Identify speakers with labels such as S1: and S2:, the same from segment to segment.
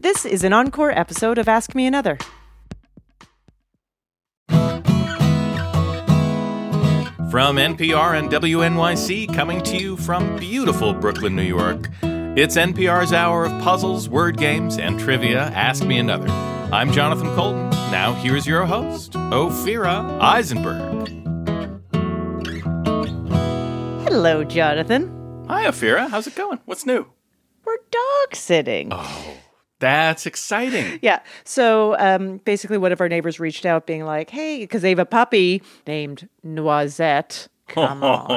S1: This is an encore episode of Ask Me Another.
S2: From NPR and WNYC, coming to you from beautiful Brooklyn, New York, it's NPR's hour of puzzles, word games, and trivia. Ask me another. I'm Jonathan Colton. Now, here's your host, Ophira Eisenberg.
S1: Hello, Jonathan.
S2: Hi, Ophira. How's it going? What's new?
S1: We're dog sitting.
S2: That's exciting.
S1: Yeah. So um, basically, one of our neighbors reached out, being like, "Hey, because they have a puppy named Noisette." Come on.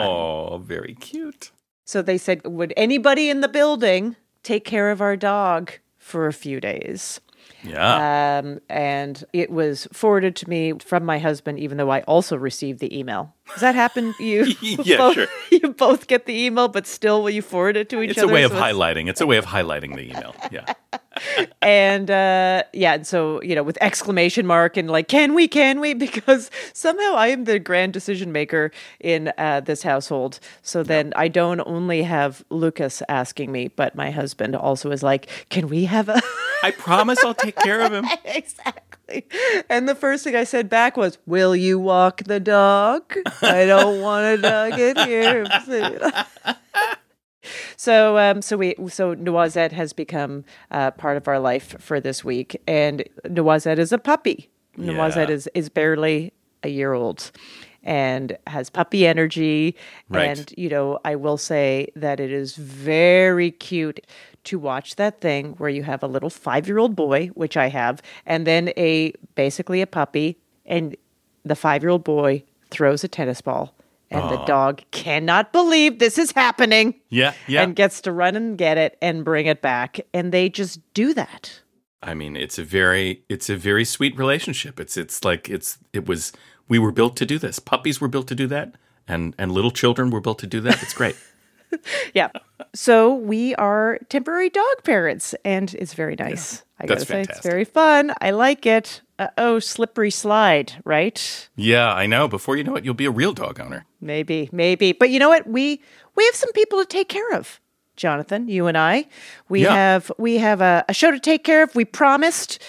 S2: Oh, very cute.
S1: So they said, "Would anybody in the building take care of our dog for a few days?"
S2: Yeah.
S1: Um, and it was forwarded to me from my husband, even though I also received the email. Does that happen? You
S2: Yeah,
S1: both,
S2: sure.
S1: you both get the email, but still, will you forward it to each
S2: it's a
S1: other?
S2: way of
S1: So it's-
S2: highlighting. It's a way of highlighting the email. Yeah.
S1: and uh, yeah, and so you know, with exclamation mark and like, can we, can we? Because somehow I am the grand decision maker in uh, this household. So then I don't only have Lucas asking me, but my husband also is like, can we have a
S2: I promise I'll take care of him.
S1: exactly? And the first thing I said back was, "Will you walk the dog? I don't want a dog in here." So, um, so we, so Noisette has become uh, part of our life for this week, and Noisette is a puppy. Noisette
S2: Yeah.
S1: is is barely a year old, and has puppy energy.
S2: Right.
S1: And you know, I will say that it is very cute to watch that thing where you have a little five year old boy, which I have, and then a basically a puppy, and the five year old boy throws a tennis ball. And the dog cannot believe this is happening
S2: Yeah. Yeah.
S1: and gets to run and get it and bring it back. And they just do that.
S2: I mean, it's a very it's a very sweet relationship. It's it's like it's it was we were built to do this. Puppies were built to do that, and and little children were built to do that. It's great.
S1: Yeah. So we are temporary dog parents, and it's very nice. I gotta
S2: That's
S1: say, it's
S2: fantastic.
S1: very fun. I like it. Uh oh, slippery slide, right?
S2: yeah, I know. Before you know it, you'll be a real dog owner.
S1: Maybe, maybe. But you know what? We we have some people to take care of. Jonathan, you and I, we
S2: Yeah.
S1: have we have a, a show to take care of. We promised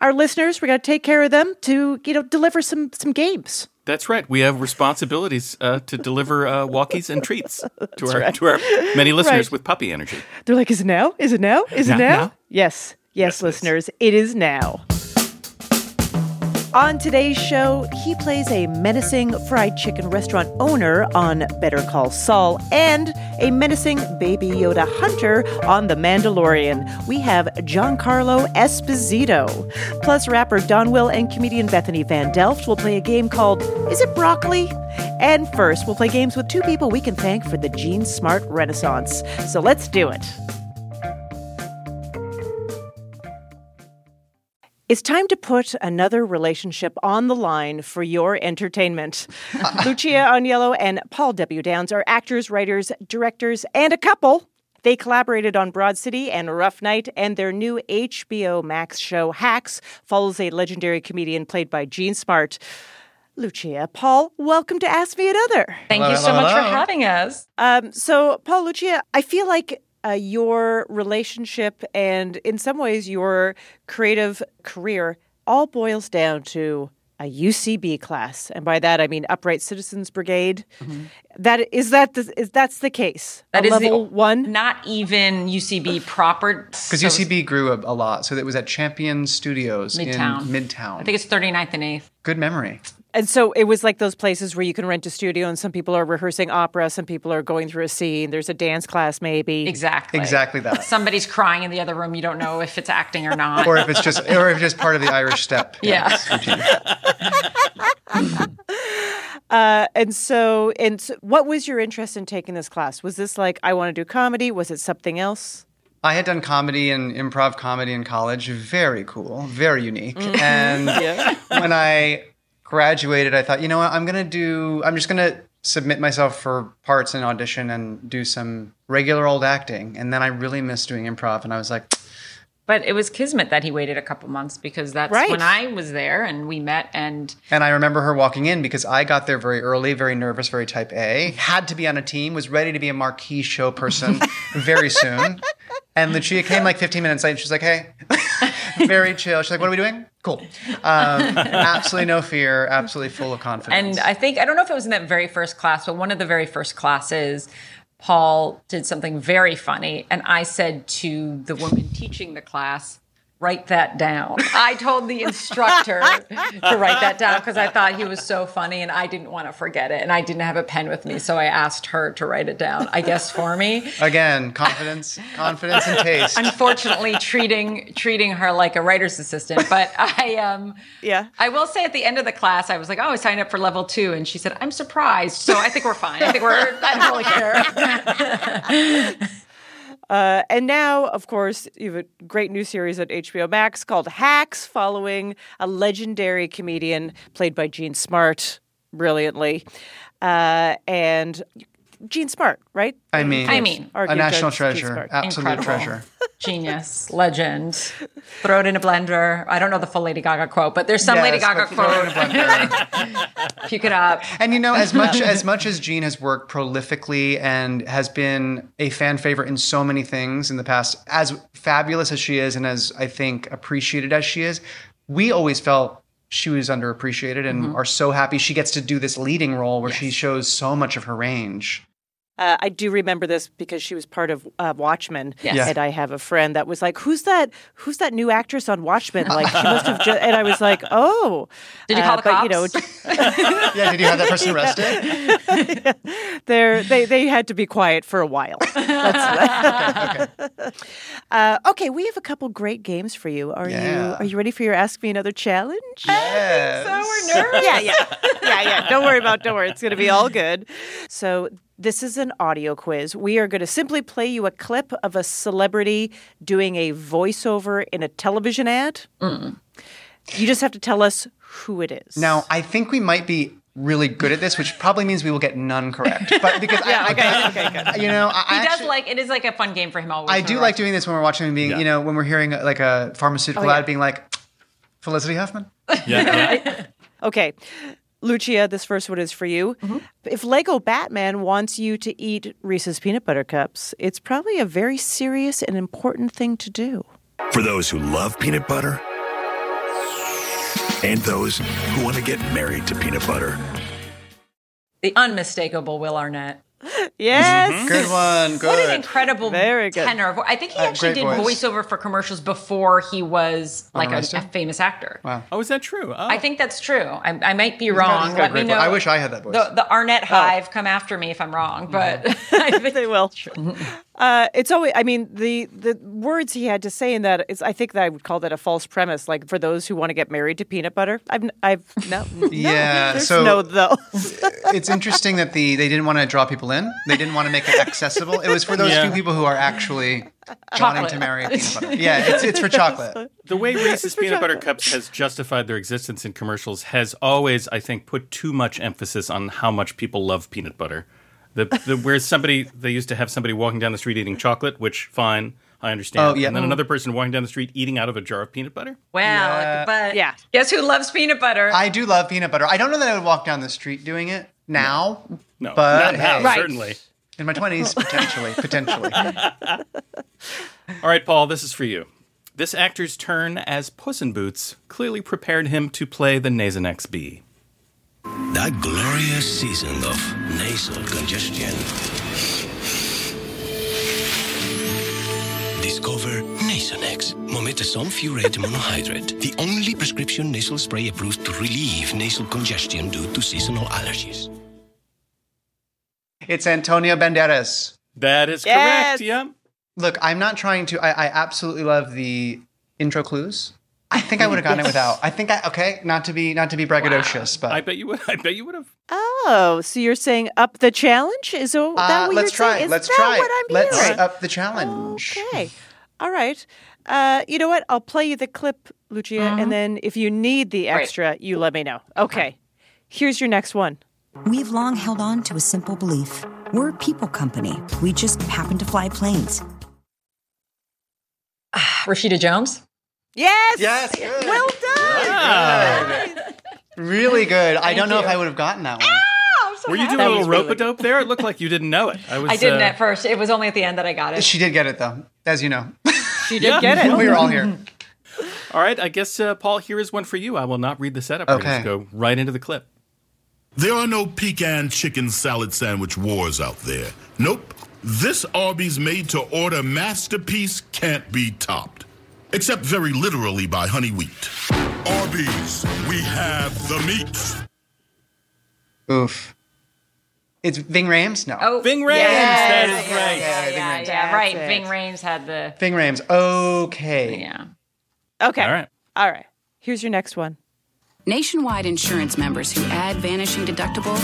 S1: our listeners we're going to take care of them to you know deliver some some games.
S2: That's right. We have responsibilities uh, to deliver uh, walkies and treats to our to our many listeners
S1: Right.
S2: with puppy energy.
S1: They're like, is it now? Is it now? Is it
S2: Now-
S1: now?
S2: now?
S1: Yes. Yes,
S2: Yes, it is.
S1: listeners, it is now. On today's show, he plays a menacing fried chicken restaurant owner on Better Call Saul and a menacing Baby Yoda hunter on The Mandalorian. We have Giancarlo Esposito. Plus, rapper Don Will and comedian Bethany Van Delft will play a game called Is It Broccoli? And first, we'll play games with two people we can thank for the Gene Smart Renaissance. So let's do it. It's time to put another relationship on the line for your entertainment. Lucia Agnello and Paul W. Downs are actors, writers, directors, and a couple. They collaborated on Broad City and Rough Night, and their new HBO Max show, Hacks, follows a legendary comedian played by Gene Smart. Lucia, Paul, welcome to Ask Me Another.
S3: Thank
S4: Hello,
S3: you so
S4: hello,
S3: much for
S4: hello.
S3: having us.
S1: Um, so, Paul Lucia, I feel like uh, your relationship and, in some ways, your creative career all boils down to a UCB class, and by that I mean Upright Citizens Brigade. That is that the, is that's the case.
S3: Mm-hmm. That
S1: a
S3: is the-
S1: level one.
S3: Not even UCB proper.
S4: Because UCB grew a, a lot, so it was at Champion Studios
S3: Midtown.
S4: in Midtown.
S3: I think it's 39th and 8th.
S4: Good memory.
S1: And so it was like those places where you can rent a studio, and some people are rehearsing opera, some people are going through a scene. There's a dance class, maybe.
S3: Exactly.
S4: Exactly that.
S3: Somebody's crying in the other room. You don't know if it's acting or not.
S4: or if it's just, or if it's just part of the Irish step.
S3: yeah.
S4: routine.
S1: Uh, and so, and so, what was your interest in taking this class? Was this like I want to do comedy? Was it something else?
S4: I had done comedy and improv comedy in college. Very cool, very unique.
S3: Mm-hmm.
S4: And when I graduated, I thought, you know what? I'm gonna do. I'm just gonna submit myself for parts and audition and do some regular old acting. And then I really missed doing improv, and I was like,
S3: But it was Kismet that he waited a couple months because that's
S1: Right.
S3: when I was there and we met. And
S4: And I remember her walking in because I got there very early, very nervous, very type A, had to be on a team, was ready to be a marquee show person very soon. And Lucia came like 15 minutes late and she's like, hey. very chill. She's like, "What are we doing? Cool." Um, absolutely no fear. Absolutely full of confidence.
S5: And I think, I don't know if it was in that very first class, but one of the very first classes, Paul did something very funny. And I said to the woman teaching the class, write that down. I told the instructor to write that down because I thought he was so funny and I didn't want to forget it. And I didn't have a pen with me. So I asked her to write it down, I guess, for me.
S4: Again, confidence, confidence, and taste.
S5: Unfortunately, treating treating her like a writer's assistant, but I um
S1: Yeah.
S5: I will say at the end of the class, I was like, "Oh, I signed up for level two. and she said, "I'm surprised." So I think we're fine. I think we're. I don't really care.
S1: Uh, and now, of course, you have a great new series on HBO Max called Hacks, following a legendary comedian played by Gene Smart brilliantly. Uh, and Gene Smart, right?
S4: I mean,
S5: I mean,
S1: Our
S4: a
S1: good
S4: national
S1: judge, Gene
S4: treasure,
S1: Smart.
S4: absolute
S5: Incredible.
S4: treasure.
S5: Genius, legend. Throw it in a blender. I don't know the full Lady Gaga quote, but there's some Lady
S4: Yes,
S5: Gaga
S4: but throw it in a
S5: quote.
S4: blender.
S5: Puke it up.
S4: And you know, as much as much as Gene has worked prolifically and has been a fan favorite in so many things in the past, as fabulous as she is and as I think appreciated as she is, we always felt she was underappreciated and are so happy she gets to do this leading role where she shows so much of her range.
S1: Uh, I do remember this because she was part of uh, Watchmen,
S4: Yeah.
S1: and I have a friend that was like, "Who's that? Who's that new actress on Watchmen?" Like she must have. Ju-, and I was like, "Oh."
S5: Did you call the
S1: but,
S5: cops?
S1: You
S4: Yeah, did you have that person arrested?
S1: know, they're- they they had to be quiet for a while. Uh, okay, we have a couple great games for you. Are you
S4: Yeah.
S1: are you ready for your Ask Me Another challenge?
S4: Yes.
S1: yeah, yeah, yeah, yeah. Don't worry about. Don't worry. It's going to be all good. So this is an audio quiz. We are going to simply play you a clip of a celebrity doing a voiceover in a television ad.
S4: Mm.
S1: You just have to tell us who it is.
S4: Now, I think we might be really good at this, which probably means we will get none correct. But because yeah, I,
S1: Okay. Okay. Good.
S4: you know, I, I
S5: He does
S4: actually-
S5: like it is like a fun game for him. Always,
S4: I
S5: when
S4: do
S5: we're
S4: like doing this when we're watching and being, you know, when we're hearing uh, like a pharmaceutical ad being like, Felicity Huffman.
S2: Yeah, yeah.
S1: Okay. Lucia, this first one is for you.
S4: Mm-hmm.
S1: If Lego Batman wants you to eat Reese's peanut butter cups, it's probably a very serious and important thing to do.
S6: For those who love peanut butter and those who want to get married to peanut butter.
S5: the unmistakable Will Arnett.
S1: Yes.
S4: Mm-hmm. Good one. Good. Uh,
S5: What an incredible
S1: Very good.
S5: tenor of vo- I think he actually
S4: great
S5: did
S4: voice.
S5: voiceover for commercials before he was like a,
S4: Arrested?
S5: a famous actor.
S2: Oh, is that true? Oh.
S5: I think that's true. I, I might be
S4: got-
S5: wrong.
S4: he's got a
S5: Let me
S4: great
S5: know.
S4: voice. I wish I had that voice. Mm-hmm.
S5: The, the Arnett Hive come after me if I'm wrong, but I think
S1: Oh. they will. Uh, it's always. I mean, the the words he had to say in that is. I think that I would call that a false premise. Like for those who want to get married to peanut butter, I've n- I've no. no
S4: Yeah,
S1: there's
S4: so-
S1: no those.
S4: it's interesting that the they didn't want to draw people in. They didn't want to make it accessible. It was for those
S2: Yeah.
S4: few people who are actually wanting
S5: Chocolate.
S4: to marry peanut butter. Yeah, it's, it's for chocolate.
S2: The way Reese's peanut butter cups has justified their existence in commercials has always, I think, put too much emphasis on how much people love peanut butter. The, the where somebody they used to have somebody walking down the street eating chocolate, which fine, I understand.
S4: Oh, yeah.
S2: And then another person walking down the street eating out of a jar of peanut butter.
S5: Well, but
S1: Yeah.
S5: guess who loves peanut butter?
S4: I do love peanut butter. I don't know that I would walk down the street doing it now.
S2: No,
S4: But
S2: not now,
S4: hey.
S5: Right.
S2: certainly.
S4: In my twenties, potentially, potentially.
S2: All right, Paul, this is for you. This actor's turn as Puss in Boots clearly prepared him to play the Nasonex bee.
S6: That glorious season of nasal congestion. Discover Nasonex, mometasone furoate monohydrate, the only prescription nasal spray approved to relieve nasal congestion due to seasonal allergies.
S4: It's Antonio Banderas.
S2: That is
S1: Yes.
S2: correct. Yeah.
S4: Look, I'm not trying to. I, I absolutely love the intro clues. I think I would have gotten it without. I think I okay. Not to be not to be braggadocious,
S2: I
S4: but
S2: bet you would. I bet you would have.
S1: Oh, so you're saying up the challenge? Is that what
S4: uh,
S1: you're
S4: let's try.
S1: saying? Is
S4: let's
S1: that
S4: try.
S1: what I'm
S4: let's
S1: hearing? Oh,
S4: up the challenge.
S1: Okay. All right. Uh, you know what? I'll play you the clip, Lucia,
S2: Mm-hmm.
S1: and then if you need the extra, you let me know. Okay. Here's your next one.
S7: We've long held on to a simple belief we're a people company. We just happen to fly planes.
S5: Rashida Jones.
S1: Yes.
S4: Yes, good.
S1: Well done.
S4: Really good. I don't know if I would have gotten that one.
S2: Were you doing
S1: That
S2: a little
S1: was really
S2: rope a dope there? It looked like you didn't know it. I was.
S5: I didn't
S2: uh,
S5: at first. It was only at the end that I got it.
S4: She did get it though, as you know.
S1: She did get it.
S4: we were all here.
S2: All right, I guess, uh, Paul, here is one for you. I will not read the setup. We're
S4: Okay.
S2: just go right into the clip.
S8: There are no pecan chicken salad sandwich wars out there. Nope. This Arby's made to order masterpiece can't be topped. Except very literally by honey wheat. Arby's, we have the meats.
S4: Oof. It's Ving Rams? No.
S3: Oh,
S2: Bing Rames, that is right.
S3: Yeah,
S5: Uh,
S3: yeah, yeah,
S1: That's
S3: right.
S1: it.
S3: Bing Rames had the
S4: Ving Rams. Okay.
S3: yeah.
S1: Okay.
S2: All right.
S1: All right. Here's your next one.
S9: Nationwide insurance members who add Vanishing Deductible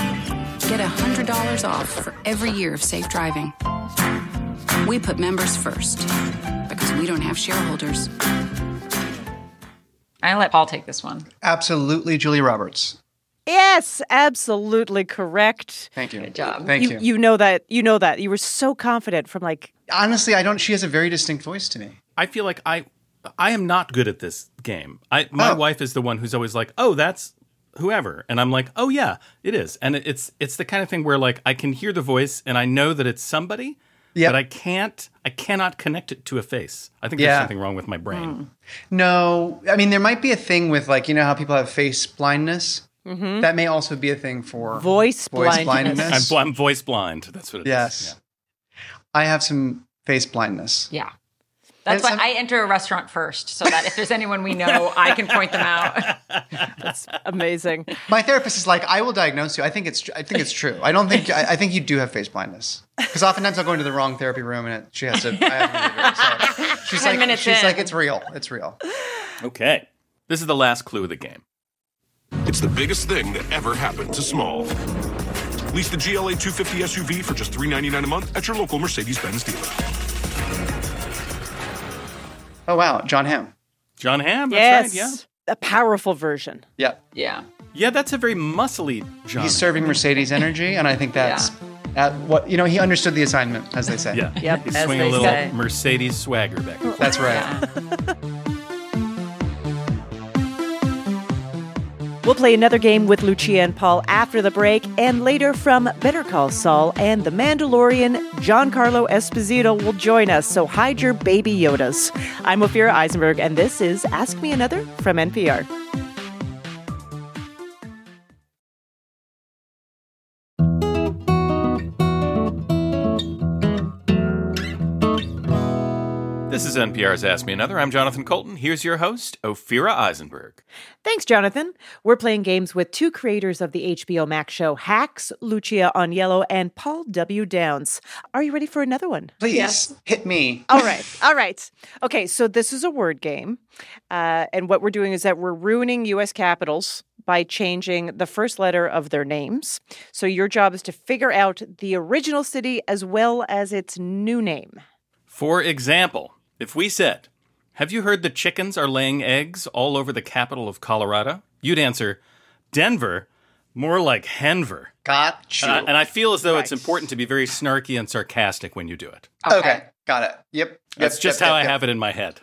S9: get $100 off for every year of safe driving. We put members first because we don't have shareholders.
S3: I let Paul take this one.
S4: Absolutely Julie Roberts.
S1: Yes, absolutely correct.
S4: Thank you. Good
S3: job.
S4: Thank you.
S1: you you know that you know that you were so confident from like
S4: Honestly, I don't. She has a very distinct voice to me.
S2: I feel like I I am not good at this game. I my
S4: Oh.
S2: wife is the one who's always like, "Oh, that's whoever." And I'm like, "Oh yeah, it is." And it- it's it's the kind of thing where like I can hear the voice and I know that it's somebody,
S4: Yep.
S2: but I can't I cannot connect it to a face. I think there's
S4: Yeah.
S2: something wrong with my brain.
S4: No, I mean there might be a thing with like you know how people have face blindness.
S3: Mm-hmm.
S4: That may also be a thing for
S1: Voice blindness.
S2: I'm, bl- I'm voice blind. That's what it is.
S4: Yes. I have some face blindness.
S3: Yeah. That's
S4: And
S3: why
S4: some-
S3: I enter a restaurant first, so that if there's anyone we know, I can point them out.
S1: amazing.
S4: My therapist is like, I will diagnose you. I think it's. tr- I think it's true. I don't think. I, I think you do have face blindness because oftentimes I'll go into the wrong therapy room and it, she has to. I have to leave her, so. She's
S3: Ten
S4: like,
S3: minutes
S4: she's
S3: in.
S4: like, it's real. It's real.
S2: Yeah. Okay. This is the last clue of the game.
S10: It's the biggest thing that ever happened to small. Lease the GLA 250 SUV for just $399 a month at your local Mercedes-Benz dealer.
S4: Oh wow, John Hamm.
S2: John Hamm.
S1: yes.
S2: That's right. Yeah.
S1: A powerful version.
S4: Yeah,
S3: Yeah.
S2: Yeah, that's a very muscly John.
S4: he's serving Mercedes energy, and I think that's at what you know. He understood the assignment, as they say.
S2: yeah.
S1: Yep,
S2: He's
S3: as
S2: swinging a
S3: they
S2: little
S3: say.
S2: Mercedes swagger back. and forth.
S4: that's right.
S1: We'll play another game with Lucia and Paul after the break, and later from Better Call Saul and The Mandalorian, Giancarlo Esposito will join us. So hide your baby Yodas. I'm Ophira Eisenberg, and this is Ask Me Another from NPR.
S2: This is NPR's Ask Me Another. I'm Jonathan Colton. Here's your host, Ophira Eisenberg.
S1: Thanks, Jonathan. We're playing games with two creators of the HBO Max show Hacks, Lucia Oniello, and Paul W. Downs. Are you ready for another one?
S4: Please hit me.
S1: All right. All right. Okay. So this is a word game. Uh, and what we're doing is that we're ruining U.S. capitals by changing the first letter of their names. So your job is to figure out the original city as well as its new name.
S2: For example, if we said, Have you heard the chickens are laying eggs all over the capital of Colorado? You'd answer, Denver, more like Henver.
S4: Got you.
S2: Uh, and I feel as though it's important to be very snarky and sarcastic when you do it.
S4: okay. got it. Yep.
S2: That's
S4: Yep,
S2: just
S4: yep,
S2: how
S4: yep,
S2: I
S4: yep.
S2: have it in my head.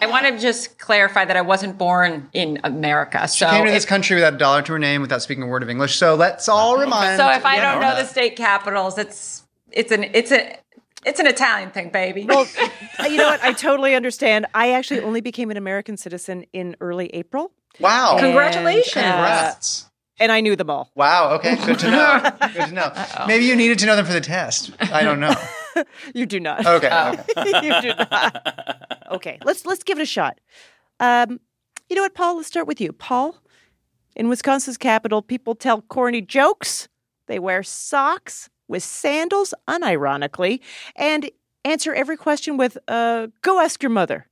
S3: I want to just clarify that I wasn't born in America. So
S4: Came to this
S3: if-
S4: country without a dollar to her name, without speaking a word of English. So let's all remind.
S3: so if I
S4: Yeah,
S3: don't know the state capitals, it's it's an it's a it's an Italian thing, baby.
S1: Well, Uh, you know what? I totally understand. I actually only became an American citizen in early April, uh,
S4: Wow.
S3: Congratulations.
S4: Congrats.
S1: and I knew them all.
S4: wow. Okay. Good to know. Good to know. Maybe you needed to know them for the test. I don't know.
S1: You do not.
S4: Okay. okay.
S1: you do not. Okay, let's let's give it a shot. Um, you know what, Paul? Let's start with you, Paul. In Wisconsin's capital, people tell corny jokes. They wear socks with sandals, unironically, and answer every question with uh, "Go ask your mother."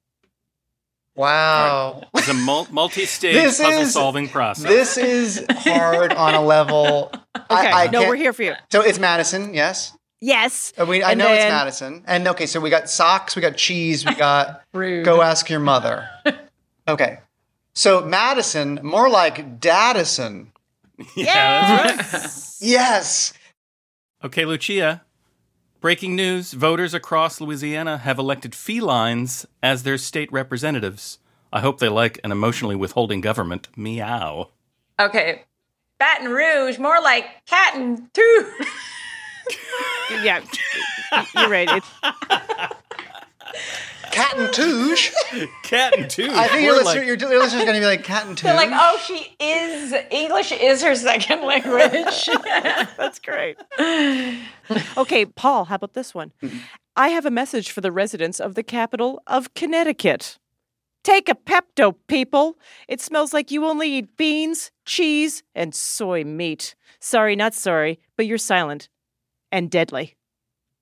S4: Wow.
S2: It's a mul- multi stage
S4: This
S2: puzzle
S4: is-
S2: solving process.
S4: This is hard on a level.
S1: Okay,
S4: I, I
S1: no,
S4: can't-
S1: we're here for you.
S4: So it's Madison, yes.
S1: Yes,
S4: Uh, we- I
S1: And
S4: know it's
S1: then-
S4: Madison. And okay, so we got socks, we got cheese, we got go ask your mother. Okay. So Madison, more like Dadison.
S2: yeah, that's right.
S4: Yes.
S2: Okay, Lucia. Breaking news voters across Louisiana have elected felines as their state representatives. I hope they like an emotionally withholding government. Meow.
S3: okay. Baton Rouge, more like cat and two.
S1: yeah, you're right. It's,
S4: Cat and Touche.
S2: Cat and two.
S4: I think your,
S2: We're
S4: listener,
S2: like-
S4: your, your listener's going to be like, Cat and Touche.
S11: They're like, oh, she is English is her second language.
S1: That's great. okay, Paul, how about this one? I have a message for the residents of the capital of Connecticut. Take a Pepto, people. It smells like you only eat beans, cheese, and soy meat. Sorry, not sorry, but you're silent and deadly.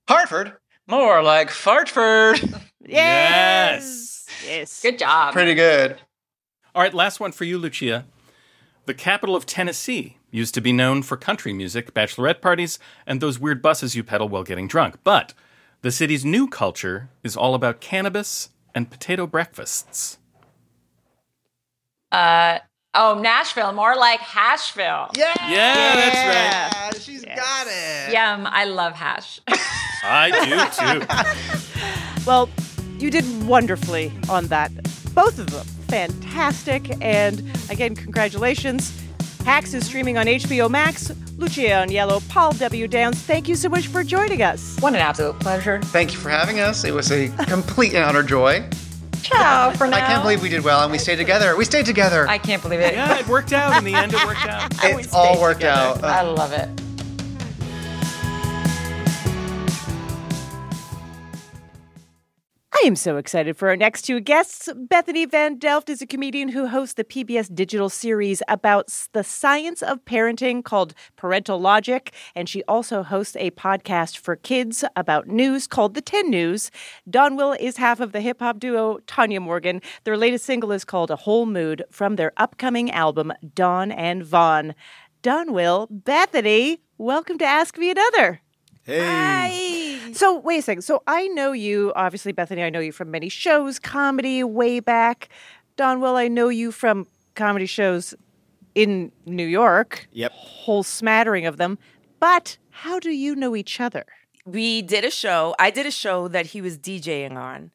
S4: Hartford.
S11: More like Fartford.
S1: Yes. Yes.
S3: Good job.
S4: Pretty good.
S2: All right, last one for you, Lucia. The capital of Tennessee used to be known for country music, bachelorette parties, and those weird buses you pedal while getting drunk. But the city's new culture is all about cannabis and potato breakfasts.
S11: Uh,
S3: Oh, Nashville, more like Hashville.
S4: Yeah.
S2: Yeah, that's
S4: right. She's got it.
S3: Yum, I love hash.
S2: I do too.
S1: Well, you did wonderfully on that. Both of them. Fantastic. And again, congratulations. Hacks is streaming on HBO Max. Lucia on Yellow, Paul W. Downs, thank you so much for joining us.
S3: what an absolute pleasure.
S4: Thank you for having us. It was a complete and utter joy.
S3: Ciao for now.
S4: I can't believe we did well and we stayed together. We stayed together.
S3: I can't believe it.
S2: Yeah, it worked out. In the end, it worked out.
S4: it's all worked out.
S3: I love it.
S1: I am so excited for our next two guests. Bethany Van Delft is a comedian who hosts the PBS digital series about s- the science of parenting called Parental Logic. And she also hosts a podcast for kids about news called The 10 News. Don Will is half of the hip hop duo Tanya Morgan. Their latest single is called A Whole Mood from their upcoming album, Don and Vaughn. Don Will, Bethany, welcome to Ask Me Another. So wait a second. So I know you, obviously, Bethany. I know you from many shows, comedy, way back. Don Will, I know you from comedy shows in New York.
S6: Yep.
S1: whole smattering of them. But how do you know each other?
S5: we did a show. I did a show that he was DJing on,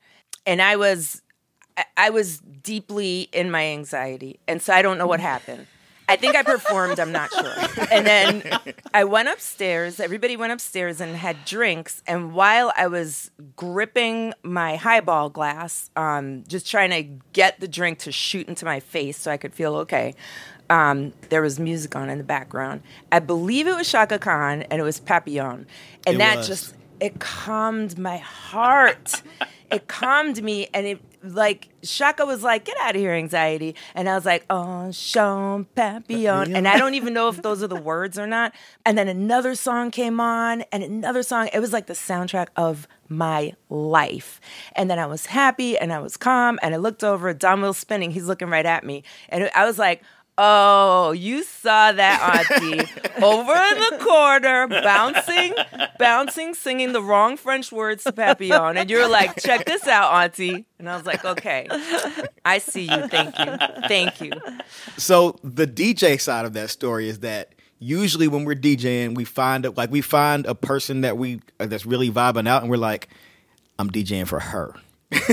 S5: and I was I- I was deeply in my anxiety, and so I don't know what happened. I think I performed. I'm not sure. And then I went upstairs. Everybody went upstairs and had drinks. And while I was gripping my highball glass, um, just trying to get the drink to shoot into my face so I could feel okay, um, there was music on in the background. I believe it was Shaka Khan and it was Papillon. And
S6: It
S5: that
S6: was.
S5: just, it calmed my heart. it calmed me. And it, like, Shaka was like, get out of here, anxiety. And I was like, oh, Sean Papillon. And I don't even know if those are the words or not. And then another song came on and another song. It was like the soundtrack of my life. And then I was happy and I was calm. And I looked over, Don was spinning. He's looking right at me. And I was like, Oh, you saw that auntie over in the corner bouncing, bouncing, singing the wrong French words to Papillon. And you're like, check this out, auntie. And I was like, okay, I see you. Thank you. Thank you.
S6: So the DJ side of that story is that usually when we're DJing, we find a, like we find a person that we uh, that's really vibing out, and we're like, I'm DJing for her.
S2: Oh,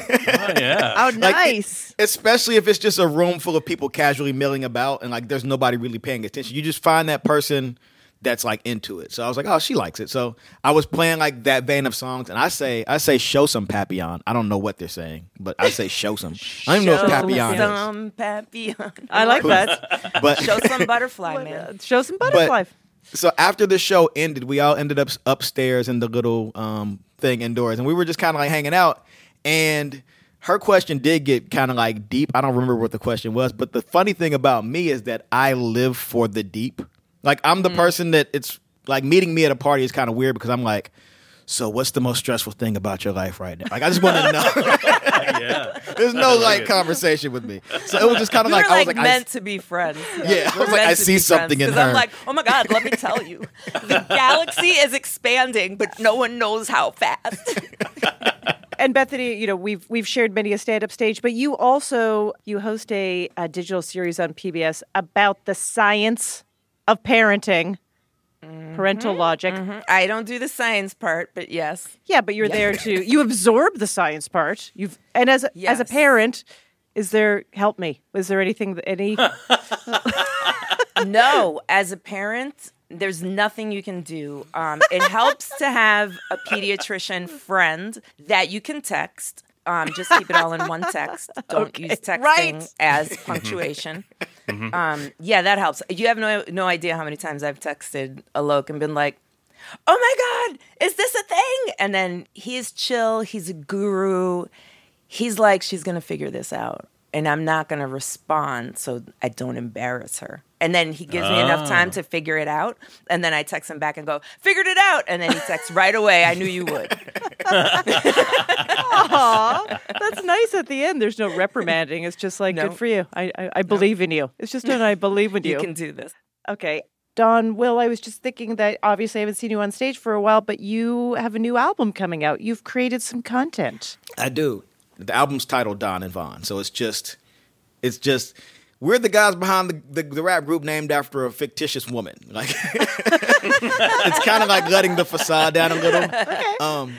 S2: yeah.
S1: Oh,
S6: Uh, Like,
S1: nice.
S6: Especially if it's just a room full of people casually milling about and like there's nobody really paying attention. You just find that person that's like into it. So I was like, oh, she likes it. So I was playing like that vein of songs, and I say, I say, show some Papillon. I don't know what they're saying, but I say, show some. I don't even know
S5: Show
S6: if Papillon is,
S5: some Papillon.
S1: I like that.
S6: but
S5: Show some butterfly, man.
S1: Show some butterfly.
S6: so after the show ended, we all ended up s- upstairs in the little um, thing indoors, and we were just kind of like hanging out. And her question did get kind of like deep. I don't remember what the question was, but the funny thing about me is that I live for the deep. Like I'm the person that it's like meeting me at a party is kind of weird because I'm like, so what's the most stressful thing about your life right now? Like I just want to know.
S2: yeah.
S6: There's no like conversation with me, so it was just kind of
S5: We
S6: like
S5: were
S6: I was
S5: like,
S6: like I
S5: meant to be friends.
S6: Yeah, I was like, I see something in
S5: Because I'm
S6: her.
S5: like, oh my God, let me tell you. The galaxy is expanding, but no one knows how fast.
S1: and Bethany, you know, we've we've shared many a stand-up stage, but you also you host a, a digital series on PBS about the science of parenting,
S5: Mm-hmm.
S1: parental logic.
S5: I don't do the science part, but yes.
S1: Yeah, but you're there to you absorb the science part. You've and as a as a
S5: Yes.
S1: parent, is there help me? Is there anything that- any
S5: no, as a parent, there's nothing you can do. Um, it helps to have a pediatrician friend that you can text Um, just keep it all in one text. Don't
S1: Okay,
S5: use texting
S1: right.
S5: as punctuation.
S1: Mhm.
S5: Um, yeah, that helps. You have no no idea how many times I've texted Alok and been like, "Oh my god, is this a thing?" And then he's chill. He's a guru. He's like, "She's gonna figure this out," and I'm not gonna respond so I don't embarrass her. And then he gives me enough time
S1: Oh.
S5: to figure it out, and then I text him back and go, "Figured it out," and then he texts right away, "I knew you would."
S1: Aw, that's nice at the end. There's no reprimanding. It's just like,
S5: No.
S1: good for you. I, I, I believe in you. It's just an I believe in you.
S5: You can do this.
S1: Okay. Don, Will, I was just thinking that obviously I haven't seen you on stage for a while, but you have a new album coming out. You've created some content.
S6: I do. The album's titled Don and Vaughn, so it's just, it's just, we're the guys behind the, the, the rap group named after a fictitious woman. Like, it's kind of like letting the facade down a little. Um,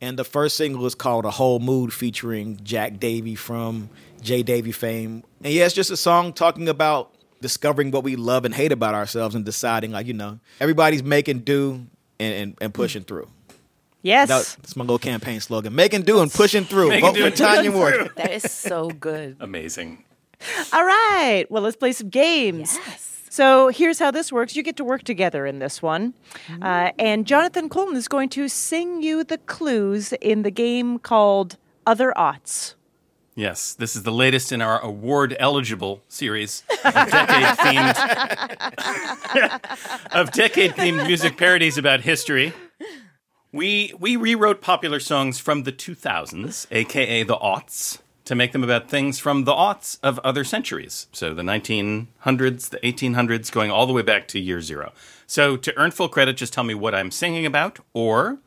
S6: and the first single is called "A Whole Mood" featuring Jack Davy from J Davy fame. And yeah, it's just a song talking about discovering what we love and hate about ourselves and deciding, like, you know, everybody's making do and and, and pushing through.
S1: Yes.
S6: That- that's my little campaign slogan. Make and do and pushing through.
S2: Make
S6: Vote
S2: and do
S6: for
S2: and push
S6: Tanya Ward.
S5: That is so good.
S2: Amazing.
S1: All right. Well, let's play some games. Yes. So here's how this works. You get to work together in this one.
S5: Mm.
S1: Uh, and Jonathan Colton is going to sing you the clues in the game called Other Aughts.
S2: Yes, this is the latest in our award eligible series of decade themed of decade themed music parodies about history. We we rewrote popular songs from the 2000s, aka the aughts, to make them about things from the aughts of other centuries. So the 1900s, the 1800s, going all the way back to year 0. So to earn full credit, just tell me what I'm singing about or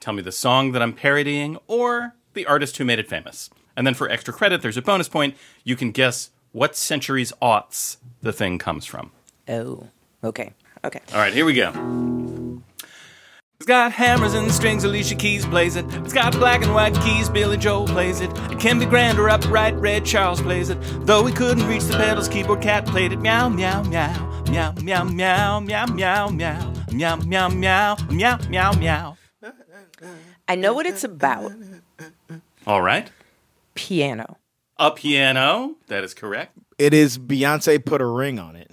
S2: tell me the song that I'm parodying or the artist who made it famous. And then for extra credit, there's a bonus point. You can guess what century's aughts the thing comes from.
S5: Oh, okay. Okay.
S2: All right, here we go. It's got hammers and strings, Alicia Keys plays it. It's got black and white keys, Billy Joel plays it. It can be grand or upright, Red Charles plays it. Though he couldn't reach the pedals, keyboard cat played it. Meow, meow, meow, meow, meow, meow, meow, meow, meow, meow, meow, meow, meow, meow, meow.
S5: I know what it's about.
S2: All right.
S5: Piano.
S2: A piano. That is correct.
S6: It is Beyonce put a ring on it.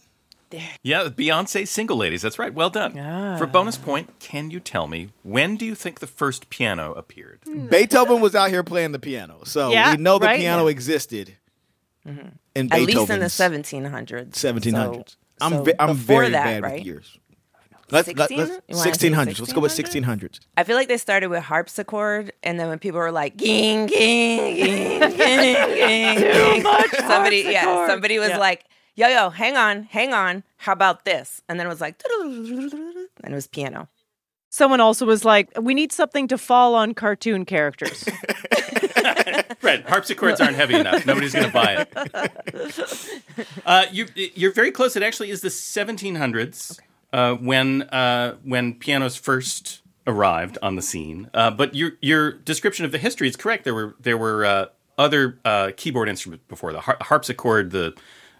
S2: Yeah, Beyonce single ladies. That's right. Well done. For bonus point, can you tell me when do you think the first piano appeared?
S6: Beethoven was out here playing the piano, so
S5: Yeah,
S6: we know the
S5: right?
S6: piano existed.
S5: At
S6: In
S5: least in the
S6: Beethoven's
S5: 1700s.
S6: 1700s.
S5: So-
S6: I'm
S5: so
S6: ve- I'm
S5: before
S6: very
S5: that,
S6: bad with
S5: right?
S6: years. Let's, let,
S5: 16?
S6: let's,
S5: You wanna say
S6: 1600s. Let's go with 1600s.
S5: I feel like they started with harpsichord, and then when people were like, "Ging, ging, ging, ging, ging, ging," somebody, yeah,
S11: harpsichord.
S5: somebody was
S11: Yeah.
S5: like, "Yo, yo, hang on, hang on, how about this?" And then it was like, and it was piano.
S1: Someone also was like, we need something to fall on cartoon characters.
S2: Right, harpsichords aren't heavy enough. Nobody's going to buy it. Uh, you, you're very close. It actually is the 1700s uh, when uh, when pianos first arrived on the scene. Uh, but your your description of the history is correct. There were there were uh, other uh, keyboard instruments before the har- harpsichord, the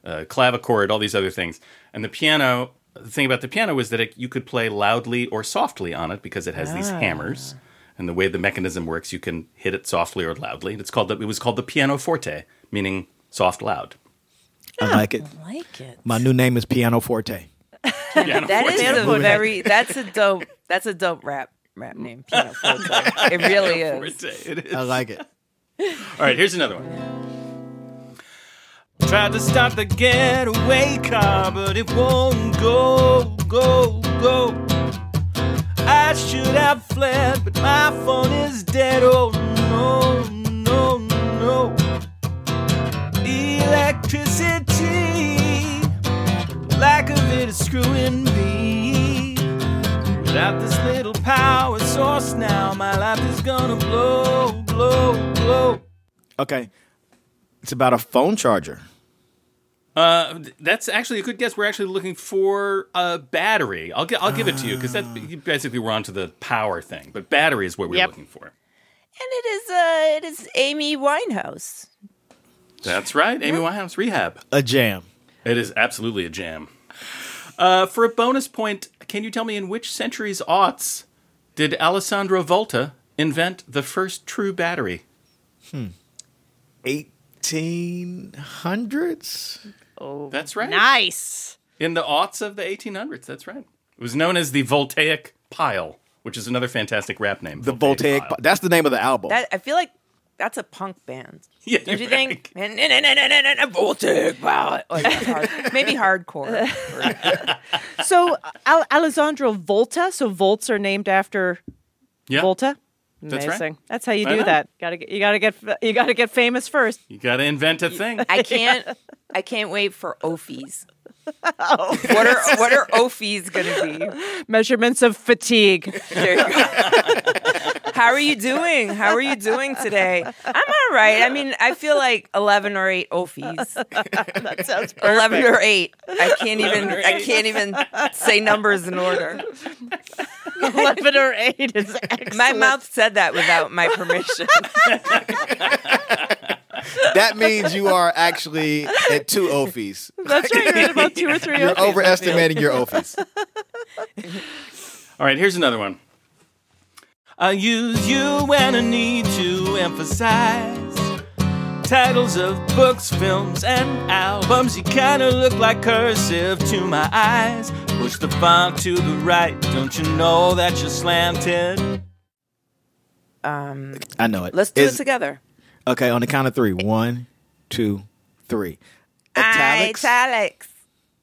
S2: uh, clavichord, all these other things, and the piano. The thing about the piano was that it, you could play loudly or softly on it because it has these
S12: Ah.
S2: hammers. And the way the mechanism works, you can hit it softly or loudly. It's called the, it was called the pianoforte, meaning soft loud.
S6: I like it.
S5: like it.
S6: My new name is Piano Forte.
S5: That is
S6: Piano
S5: a
S6: forte.
S5: very. That's a dope. That's a dope rap rap name. Piano forte. It really is.
S6: I like it.
S2: All right, here's another one. Tried to start the getaway car, but it won't go, go, go. I should have fled, but my phone is dead. Oh no, no, no. Electricity, lack of it is screwing me. Without this little power source now, my life is gonna blow, blow, blow.
S6: Okay. It's about a phone charger.
S2: Uh, th- that's actually a good guess. We're actually looking for a battery. I'll gi- I'll give it to you because that you basically we're onto the power thing, but battery is what we're
S5: Yep.
S2: looking for.
S5: And it is. Uh, it is Amy Winehouse.
S2: That's right, Amy Winehouse Rehab.
S6: A jam.
S2: It is absolutely a jam. Uh, for a bonus point, can you tell me in which century's aughts did Alessandro Volta invent the first true battery?
S6: Eighteen hundreds.
S1: Oh,
S2: that's right.
S1: Nice.
S2: In the aughts of the 1800s. That's right. It was known as the Voltaic Pile, which is another fantastic rap name. The
S6: Voltaic. Pi- That's the name of the album.
S5: That I feel like that's a punk band.
S2: Yeah,
S5: Don't you think? Voltaic ballad. Or not hard- Maybe hardcore.
S1: So Al- Alessandro Volta. So Volts are named after
S2: Yeah.
S1: Volta.
S2: That's
S1: Amazing.
S2: right.
S1: That's how you
S2: I
S1: do
S2: know.
S1: that. Got to you got to get you got to get famous first.
S2: You got to invent a thing.
S5: I can't. I can't wait for Ophies.
S6: Oh,
S5: What are what are Ophies going to be?
S1: Measurements of fatigue.
S5: There you go. How are you doing? How are you doing today? I'm all right. I mean, I feel like 11 or 8 Ophies.
S1: that sounds
S5: 11
S1: perfect.
S5: or 8. I
S1: 11
S5: can't even
S1: or
S5: I
S1: eight.
S5: can't even say numbers in order.
S1: 11 or 8 is excellent.
S5: My mouth said that without my permission.
S6: that means you are actually at two Ophies.
S1: That's right. You're at about two or three.
S6: You're
S1: Ophies, I feel.
S6: overestimating your Ophies.
S2: All right, here's another one. I use you when I need to emphasize titles of books, films, and albums. You kinda look like cursive to my eyes. Push the font to the right. Don't you know that you're slanted?
S5: Um,
S6: I know it.
S5: let's do
S6: It's-
S5: it together.
S6: Okay, on the count of three. One, two, three.
S5: Italics. Italics.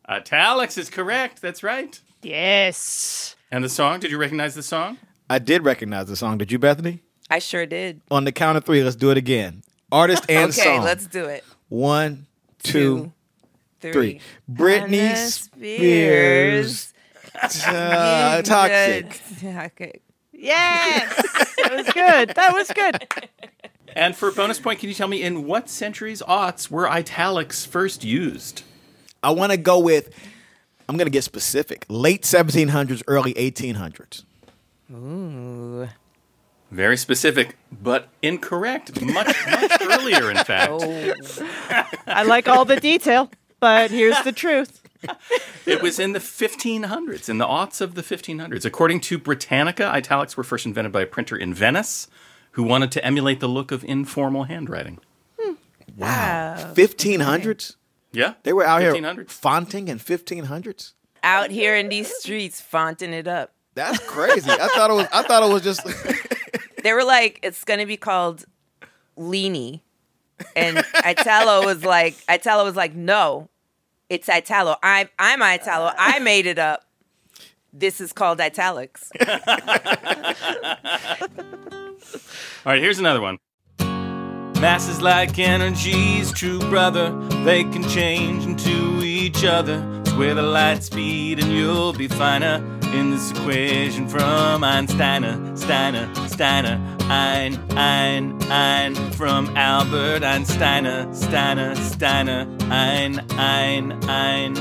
S2: Italics Uh, is correct. That's right.
S1: Yes.
S2: And the song? Did you recognize the song?
S6: I did recognize the song. Did you, Bethany?
S5: I sure did.
S6: On the count of three, let's do it again. Artist and
S5: okay,
S6: song.
S5: let's do it.
S6: One, two,
S5: three.
S6: three. Britney
S5: Britney
S6: Spears. Uh, toxic.
S5: Toxic.
S1: Yes. that was good. That was good.
S2: And for a bonus point, can you tell me in what century's aughts were italics first used?
S6: I want to go with. I'm gonna get specific. Late 1700s, early 1800s.
S5: Ooh.
S2: Very specific, but incorrect. Much, much earlier, in fact.
S1: I like all the detail, but here's the truth.
S2: It was in the 1500s, in the aughts of the 1500s. According to Britannica, italics were first invented by a printer in Venice who wanted to emulate the look of informal handwriting.
S6: Hmm. Wow. 1500s.
S2: Yeah,
S6: They were out here
S2: 1500s.
S6: fonting in 1500s.
S5: Out here in these streets, fonting it up.
S6: That's crazy. I thought it was. I thought it was just.
S5: They were like, it's gonna be called Leany, and Italo was like, Italo was like, no, it's Italo. I, I'm Italo. I made it up. This is called italics.
S2: All right, here's another one. Masses like energies, true brother, they can change into each other. Square the light speed and you'll be finer in this equation from Einsteiner, Steiner, Steiner, Ein, Ein, Ein, from Albert Einsteiner, Steiner, Steiner, Ein, Ein, Ein.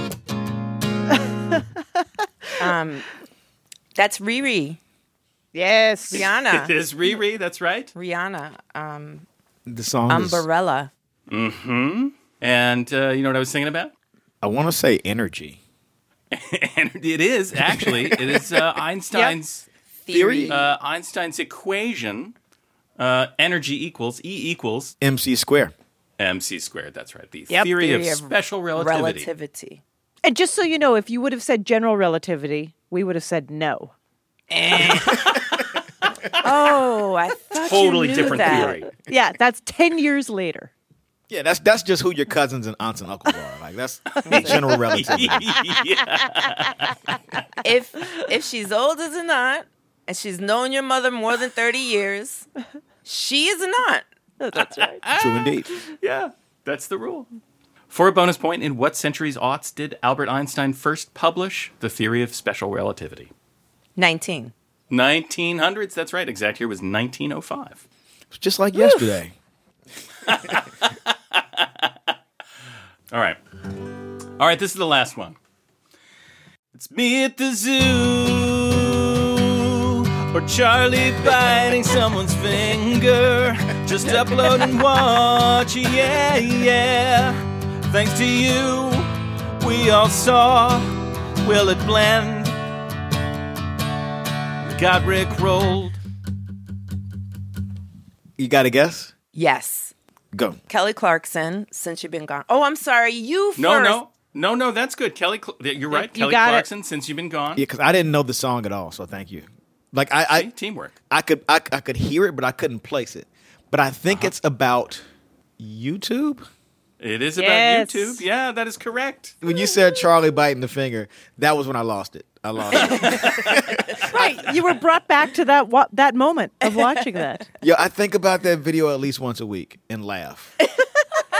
S5: Um, that's Riri,
S1: Yes.
S5: Rihanna.
S2: It is Riri, that's right.
S5: Rihanna, um,
S6: the song. is-
S5: Umbrella.
S2: Mm-hmm. And uh, you know what I was thinking about?
S6: I want to say energy.
S2: And it is actually it is uh, Einstein's
S5: Theory.
S2: Uh, Einstein's equation: uh, energy equals E equals
S6: MC square.
S2: mc squared. That's right. The
S1: Yep.
S2: theory,
S5: Theory
S2: of
S5: of
S2: special relativity.
S5: Relativity.
S1: And just so you know, if you would have said general relativity, we would have said no. Eh.
S5: Oh, I thought
S2: Totally
S5: you knew
S2: different
S5: that.
S2: theory.
S1: Yeah, that's 10 years later.
S6: Yeah, that's that's just who your cousins and aunts and uncles are. Like that's general relativity.
S5: if if she's old as an aunt and she's known your mother more than 30 years, she is an aunt.
S1: That's right.
S6: True indeed.
S2: yeah, that's the rule. For a bonus point, in what century's aughts did Albert Einstein first publish the theory of special relativity?
S5: 19.
S2: 1900s. That's right. Exact year was 1905.
S6: It's just like yesterday.
S2: All right. All right, this is the last one. It's me at the zoo or Charlie biting someone's finger. Just upload and watch. Yeah, yeah. Thanks to you, we all saw. Will it blend? Got Rick rolled.
S6: You got to guess.
S5: Yes.
S6: Go.
S5: Kelly Clarkson, since you've been gone. Oh, I'm sorry. You first.
S2: No, no, no, no. That's good, Kelly. Cl- you're right,
S5: you
S2: Kelly
S5: got it.
S2: Clarkson. Since you've been gone,
S6: Yeah, because I didn't know the song at all. So thank you. Like I, I
S2: teamwork.
S6: I could I, I could hear it, but I couldn't place it. But I think it's about YouTube.
S2: Uh-huh. It is
S6: Yes.
S2: about YouTube. Yeah, that is correct.
S6: When you said Charlie biting the finger, that was when I lost it. I lost it.
S1: right. You were brought back to that wa- that moment of watching that.
S6: Yo, I think about that video at least once a week and laugh.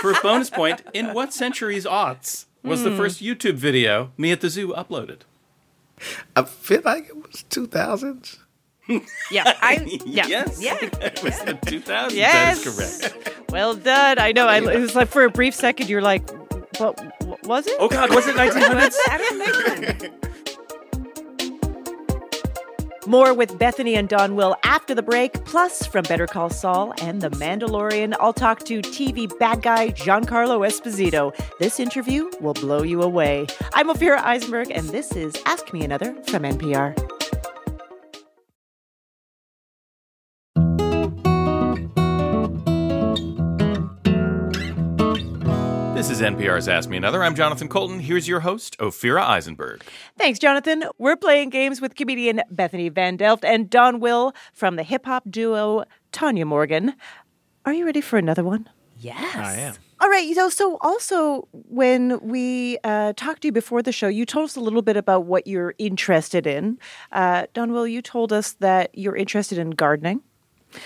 S2: For a bonus point, in what century's aughts was the
S6: Hmm.
S2: first YouTube video Me at the Zoo uploaded?
S6: I feel like it was two thousands.
S5: Yeah. I, yeah.
S2: Yes.
S5: Yeah.
S2: It was the 2000s.
S1: Yes.
S2: That is correct.
S1: Well done. I know. I, it was like for a brief second, you're like, but w- was it?
S2: Oh, God, was it 1900s?
S1: I don't think- More with Bethany and Don Will after the break, plus from Better Call Saul and The Mandalorian, I'll talk to TV bad guy Giancarlo Esposito. This interview will blow you away. I'm Ophira Eisenberg, and this is Ask Me Another from NPR.
S2: This is NPR's Ask Me Another. I'm Jonathan Colton. Here's your host, Ophira Eisenberg.
S1: Thanks, Jonathan. We're playing games with comedian Bethany Van Delft and Don Will from the hip hop duo Tanya Morgan. Are you ready for another one?
S5: Yes. I am.
S1: All right, you know, so also when we uh, talked to you before the show, you told us a little bit about what you're interested in. Uh, Don Will, you told us that you're interested in gardening.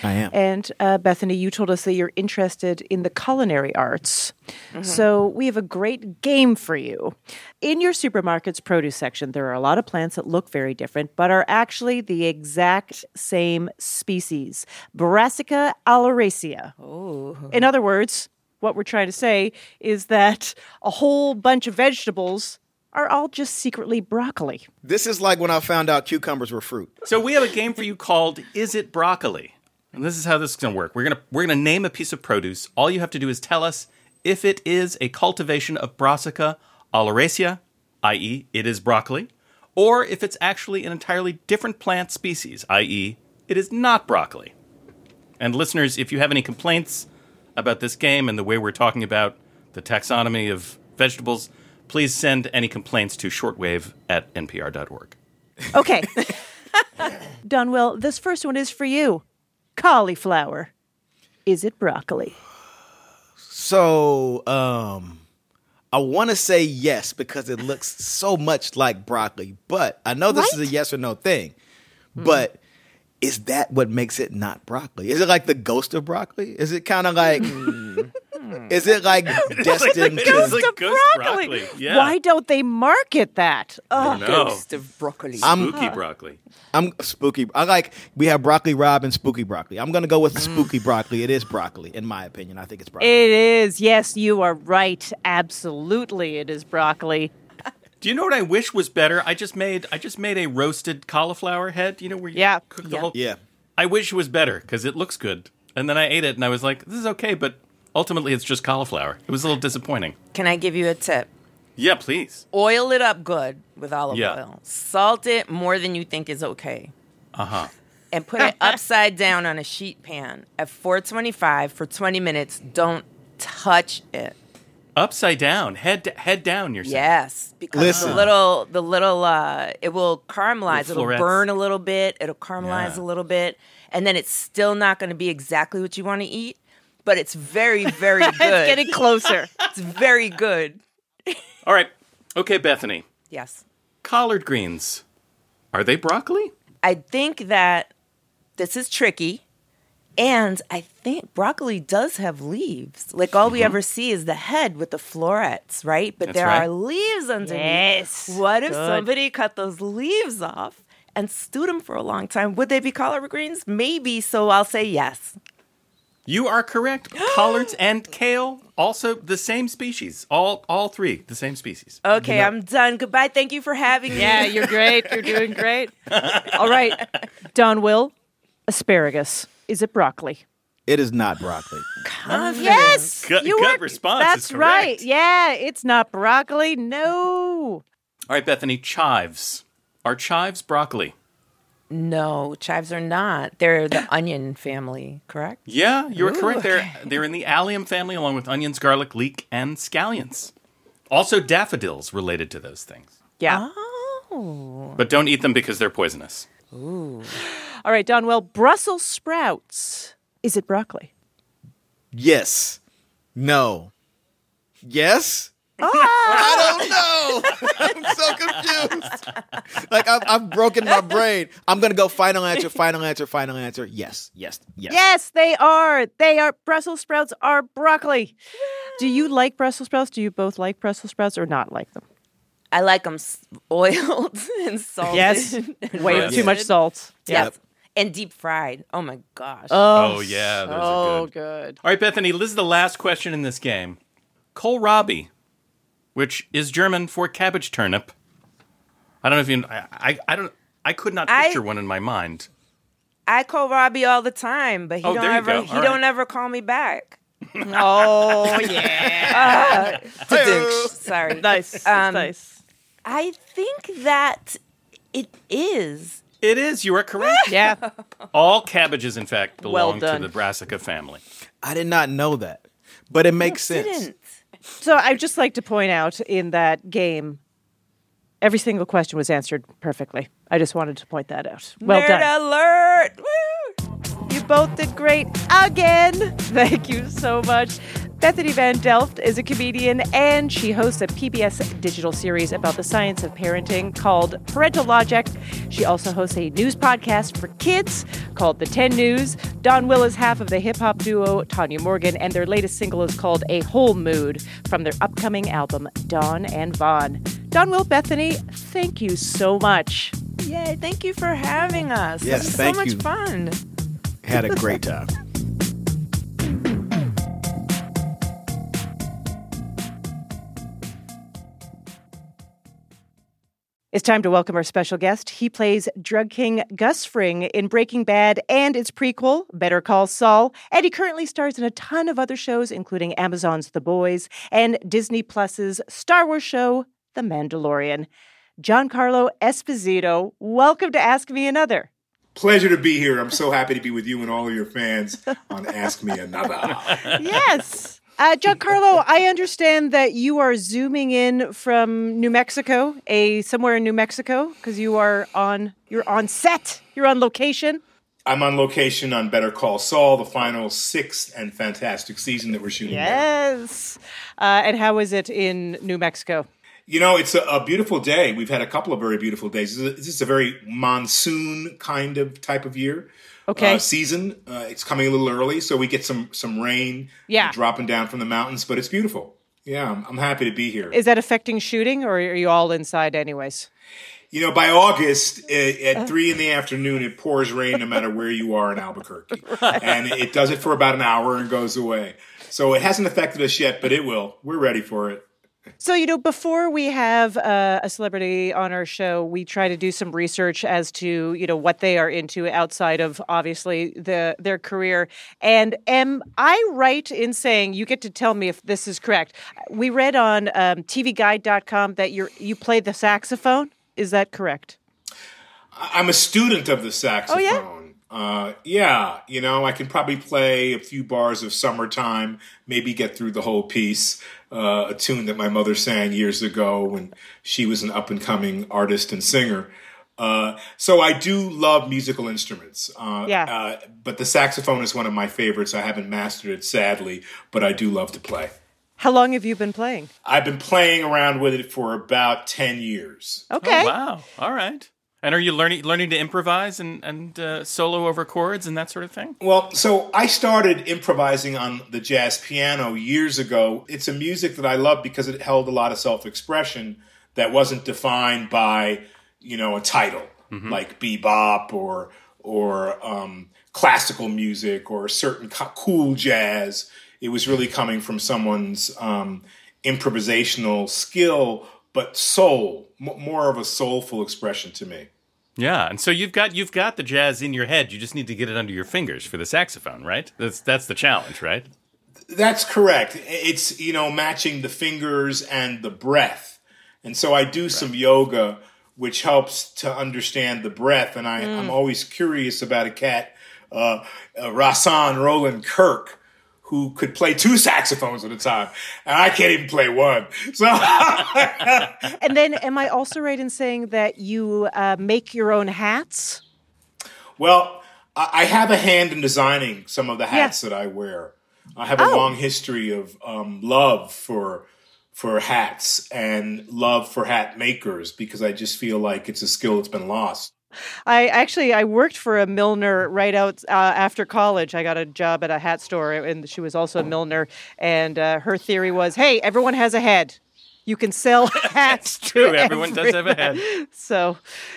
S6: I am.
S1: And uh, Bethany, you told us that you're interested in the culinary arts.
S5: Mhm.
S1: So we have a great game for you. In your supermarket's produce section, there are a lot of plants that look very different, but are actually the exact same species Brassica oleracea.
S5: Oh.
S1: In other words, what we're trying to say is that a whole bunch of vegetables are all just secretly broccoli.
S6: This is like when I found out cucumbers were fruit.
S2: So we have a game for you called Is It Broccoli? And this is how this is going to work. We're going to we're going to name a piece of produce. All you have to do is tell us if it is a cultivation of Brassica oleracea, i.e., it is broccoli, or if it's actually an entirely different plant species, i.e., it is not broccoli. And listeners, if you have any complaints about this game and the way we're talking about the taxonomy of vegetables, please send any complaints to shortwave at npr.org.
S1: Okay. Dunwill, this first one is for you. Cauliflower. Is it broccoli?
S6: So, um, I want to say yes because it looks so much like broccoli, but I know this is a yes or no thing.
S5: Hmm.
S6: But is that what makes it not broccoli? Is it like the ghost of broccoli? Is it kind of like,
S5: Hmm.
S6: is it like destined
S1: Ghost
S6: to?
S1: of broccoli. Why don't they market that? Ugh.
S6: Ghost
S5: of broccoli.
S6: Spooky
S2: broccoli.
S6: I'm spooky. I like we have broccoli Rob and spooky broccoli. I'm gonna go with spooky broccoli. It is broccoli, in my opinion. I think it's broccoli.
S1: It is. Yes, you are right. Absolutely, it is broccoli.
S2: Do you know what I wish was better? I just made I just made a roasted cauliflower head. You know where you
S1: Yeah.
S2: cook the
S1: Yeah.
S2: whole
S6: yeah.
S2: I wish it was better because it looks good. And then I ate it and I was like, this is okay, but ultimately it's just cauliflower. It was a little disappointing.
S5: Can I give you a tip?
S2: Yeah, please.
S5: Oil it up good with olive
S2: Yeah.
S5: oil. Salt it more than you think is okay.
S2: Uh
S12: Uh-huh.
S2: huh.
S5: And put it upside down on a sheet pan at 425 for 20 minutes. Don't touch it.
S2: Upside down, head head down. You're saying.
S5: Yes, because the
S2: Listen.
S5: little, the little, uh, it will caramelize.
S2: Little
S5: It'll
S2: florets.
S5: burn a little bit. It'll caramelize
S2: Yeah.
S5: a little bit, and then it's still not going to be exactly what you want to eat. But it's very, very good.
S1: It's getting closer.
S5: it's very good.
S2: All right. Okay, Bethany.
S5: Yes,
S2: Collard greens. Are they broccoli?
S5: I think that this is tricky, and I think broccoli does have leaves. Like all
S1: Uh-huh.
S5: we ever see is the head with the florets, right? But
S11: That's
S5: there
S11: right.
S5: are leaves underneath.
S11: Yes.
S5: What if
S11: Good.
S5: somebody cut those leaves off and stewed them for a long time? Would they be collard greens? Maybe. So I'll say yes.
S2: You are correct. Collards and kale, also the same species. All all three, the same species.
S5: Okay,
S2: You know-
S5: I'm done. Goodbye. Thank you for having me.
S1: Yeah, you're great. You're doing great. All right, Don Will, asparagus. Is it broccoli?
S6: It is not broccoli.
S1: yes,
S2: Gut-
S1: you
S2: gut
S1: were-
S2: response is
S1: That's
S2: correct.
S1: right. Yeah, it's not broccoli. No.
S2: All right, Bethany, chives. Are chives broccoli?
S5: No, chives are not. They're the onion family, correct?
S2: Yeah, you're
S5: Ooh,
S2: correct. They're they're in the allium family along with onions, garlic, leek, and scallions. Also daffodils related to those things.
S1: Yeah.
S5: Oh.
S2: But don't eat them because they're poisonous.
S1: Ooh. All right, Don. Well, Brussels sprouts. Is it broccoli?
S6: Yes. No. Yes. I don't know. I'm so confused. Like I've, I've broken my brain. I'm gonna go final answer, final answer, final answer. Yes, yes, yes.
S1: Yes, they are. They are. Brussels sprouts are broccoli. Do you like Brussels sprouts? Do you both like Brussels sprouts or not like them?
S5: I like them oiled and salted.
S1: Yes.
S5: and
S1: Way
S5: roasted.
S1: too much salt.
S5: Yes.
S1: Yep.
S5: And deep fried. Oh my gosh.
S2: Oh, Oh, yeah, those are
S5: so
S2: good. All right, Bethany, this is the last question in this game. Kohlrabi, which is German for cabbage turnip. I don't know if you. I, I, I don't. I could not
S5: I-
S2: picture one in my mind.
S5: I call Robbie all the time, but he
S2: Oh,
S5: don't
S2: there you
S5: ever
S2: go.
S5: he
S2: All
S5: don't
S2: right.
S5: ever call me back. oh yeah. sorry.
S1: Nice.
S5: Um,
S1: nice.
S5: I think that it is.
S2: It is. You are correct.
S1: yeah.
S2: All cabbages, in fact,
S6: Well
S2: belong to
S6: done.
S2: the brassica family.
S6: I did not know that, but it makes sense.
S1: So I'd just like to point out in that game, every single question was answered perfectly. I just wanted to point that out. Well
S5: Nerd
S1: done.
S5: alert.
S1: You both did great again. Thank you so much. Bethany Van Delft is a comedian and she hosts a PBS digital series about the science of parenting called Parental Logic. She also hosts a news podcast for kids called The 10 News. Don Will is half of the hip hop duo Tanya Morgan, and their latest single is called A Whole Mood from their upcoming album, Don and Vaughn. Don Will, Bethany, thank you so much.
S5: Yay, thank you for having us.
S6: Yes,
S5: this is
S6: thank
S5: so much
S6: you.
S5: fun.
S6: Had a great time.
S1: It's time to welcome our special guest. He plays drug king Gus Fring in Breaking Bad and its prequel, Better Call Saul. And he currently stars in a ton of other shows, including Amazon's The Boys and Disney Plus's Star Wars show, The Mandalorian. Giancarlo Esposito, welcome to Ask Me Another.
S12: Pleasure to be here. I'm so happy to be with you and all of your fans on Ask Me Another.
S1: Yes. Uh, Giancarlo, I understand that you are zooming in from New Mexico, a somewhere in New Mexico, because you are on you're on set, you're on location.
S12: I'm on location on Better Call Saul, the final sixth and fantastic season that we're shooting. there.
S1: Yes. Uh, and how is it in New Mexico?
S12: You know, it's a, a beautiful day. We've had a couple of very beautiful days. This is a, this is a very monsoon kind of type of year.
S1: Okay.
S12: Uh, season. Uh, it's coming a little early, so we get some some rain
S1: Yeah.
S12: dropping down from the mountains, but it's beautiful. Yeah, I'm, I'm happy to be here.
S1: Is that affecting shooting or are you all inside anyways?
S12: You know, by August uh, at three in the afternoon, it pours rain no matter where you are in Albuquerque, and it does it for about an hour and goes away. So it hasn't affected us yet, but it will. We're ready for it.
S1: So, you know, before we have uh, a celebrity on our show, we try to do some research as to, you know, what they are into outside of obviously the their career. And am I right in saying you get to tell me if this is correct? We read on um, tvguide.com that you are you play the saxophone. Is that correct?
S12: I- I'm a student of the saxophone. Uh, yeah, you know, I can probably play a few bars of "Summertime," maybe get through the whole piece. Uh, a tune that my mother sang years ago when she was an up and coming artist and singer. Uh, so I do love musical instruments. Uh,
S1: Yeah.
S12: Uh, but the saxophone is one of my favorites. I haven't mastered it, sadly, but I do love to play.
S1: How long have you been playing?
S12: I've been playing around with it for about ten years.
S1: Okay.
S2: Oh, wow. All right. And are you learning learning to improvise and and uh, solo over chords and that sort of thing?
S12: Well, so I started improvising on the jazz piano years ago. It's a music that I love because it held a lot of self expression that wasn't defined by, you know, a title like bebop or or um, classical music or certain co- cool jazz. It was really coming from someone's um, improvisational skill, but soul, m- more of a soulful expression to me.
S2: Yeah, and so you've got you've got the jazz in your head. You just need to get it under your fingers for the saxophone, right? That's that's the challenge, right?
S12: That's correct. It's you know matching the fingers and the breath, and so I do some yoga which helps to understand the breath. And I,
S13: Mm.
S12: I'm always curious about a cat, uh, uh, Rasan Roland Kirk, who could play two saxophones at a time, and I can't even play one. So
S1: and then, am I also right in saying that you uh, make your own hats?
S12: Well, I I have a hand in designing some of the hats that I wear. I have a
S1: Oh.
S12: long history of um, love for for hats and love for hat makers because I just feel like it's a skill that's been lost.
S1: I actually I worked for a milliner right out uh, after college. I got a job at a hat store, and she was also a milliner. And uh, her theory was, "Hey, everyone has a head. You can sell hats to
S2: true. Everyone does have a
S1: everyone."
S2: head.
S1: So,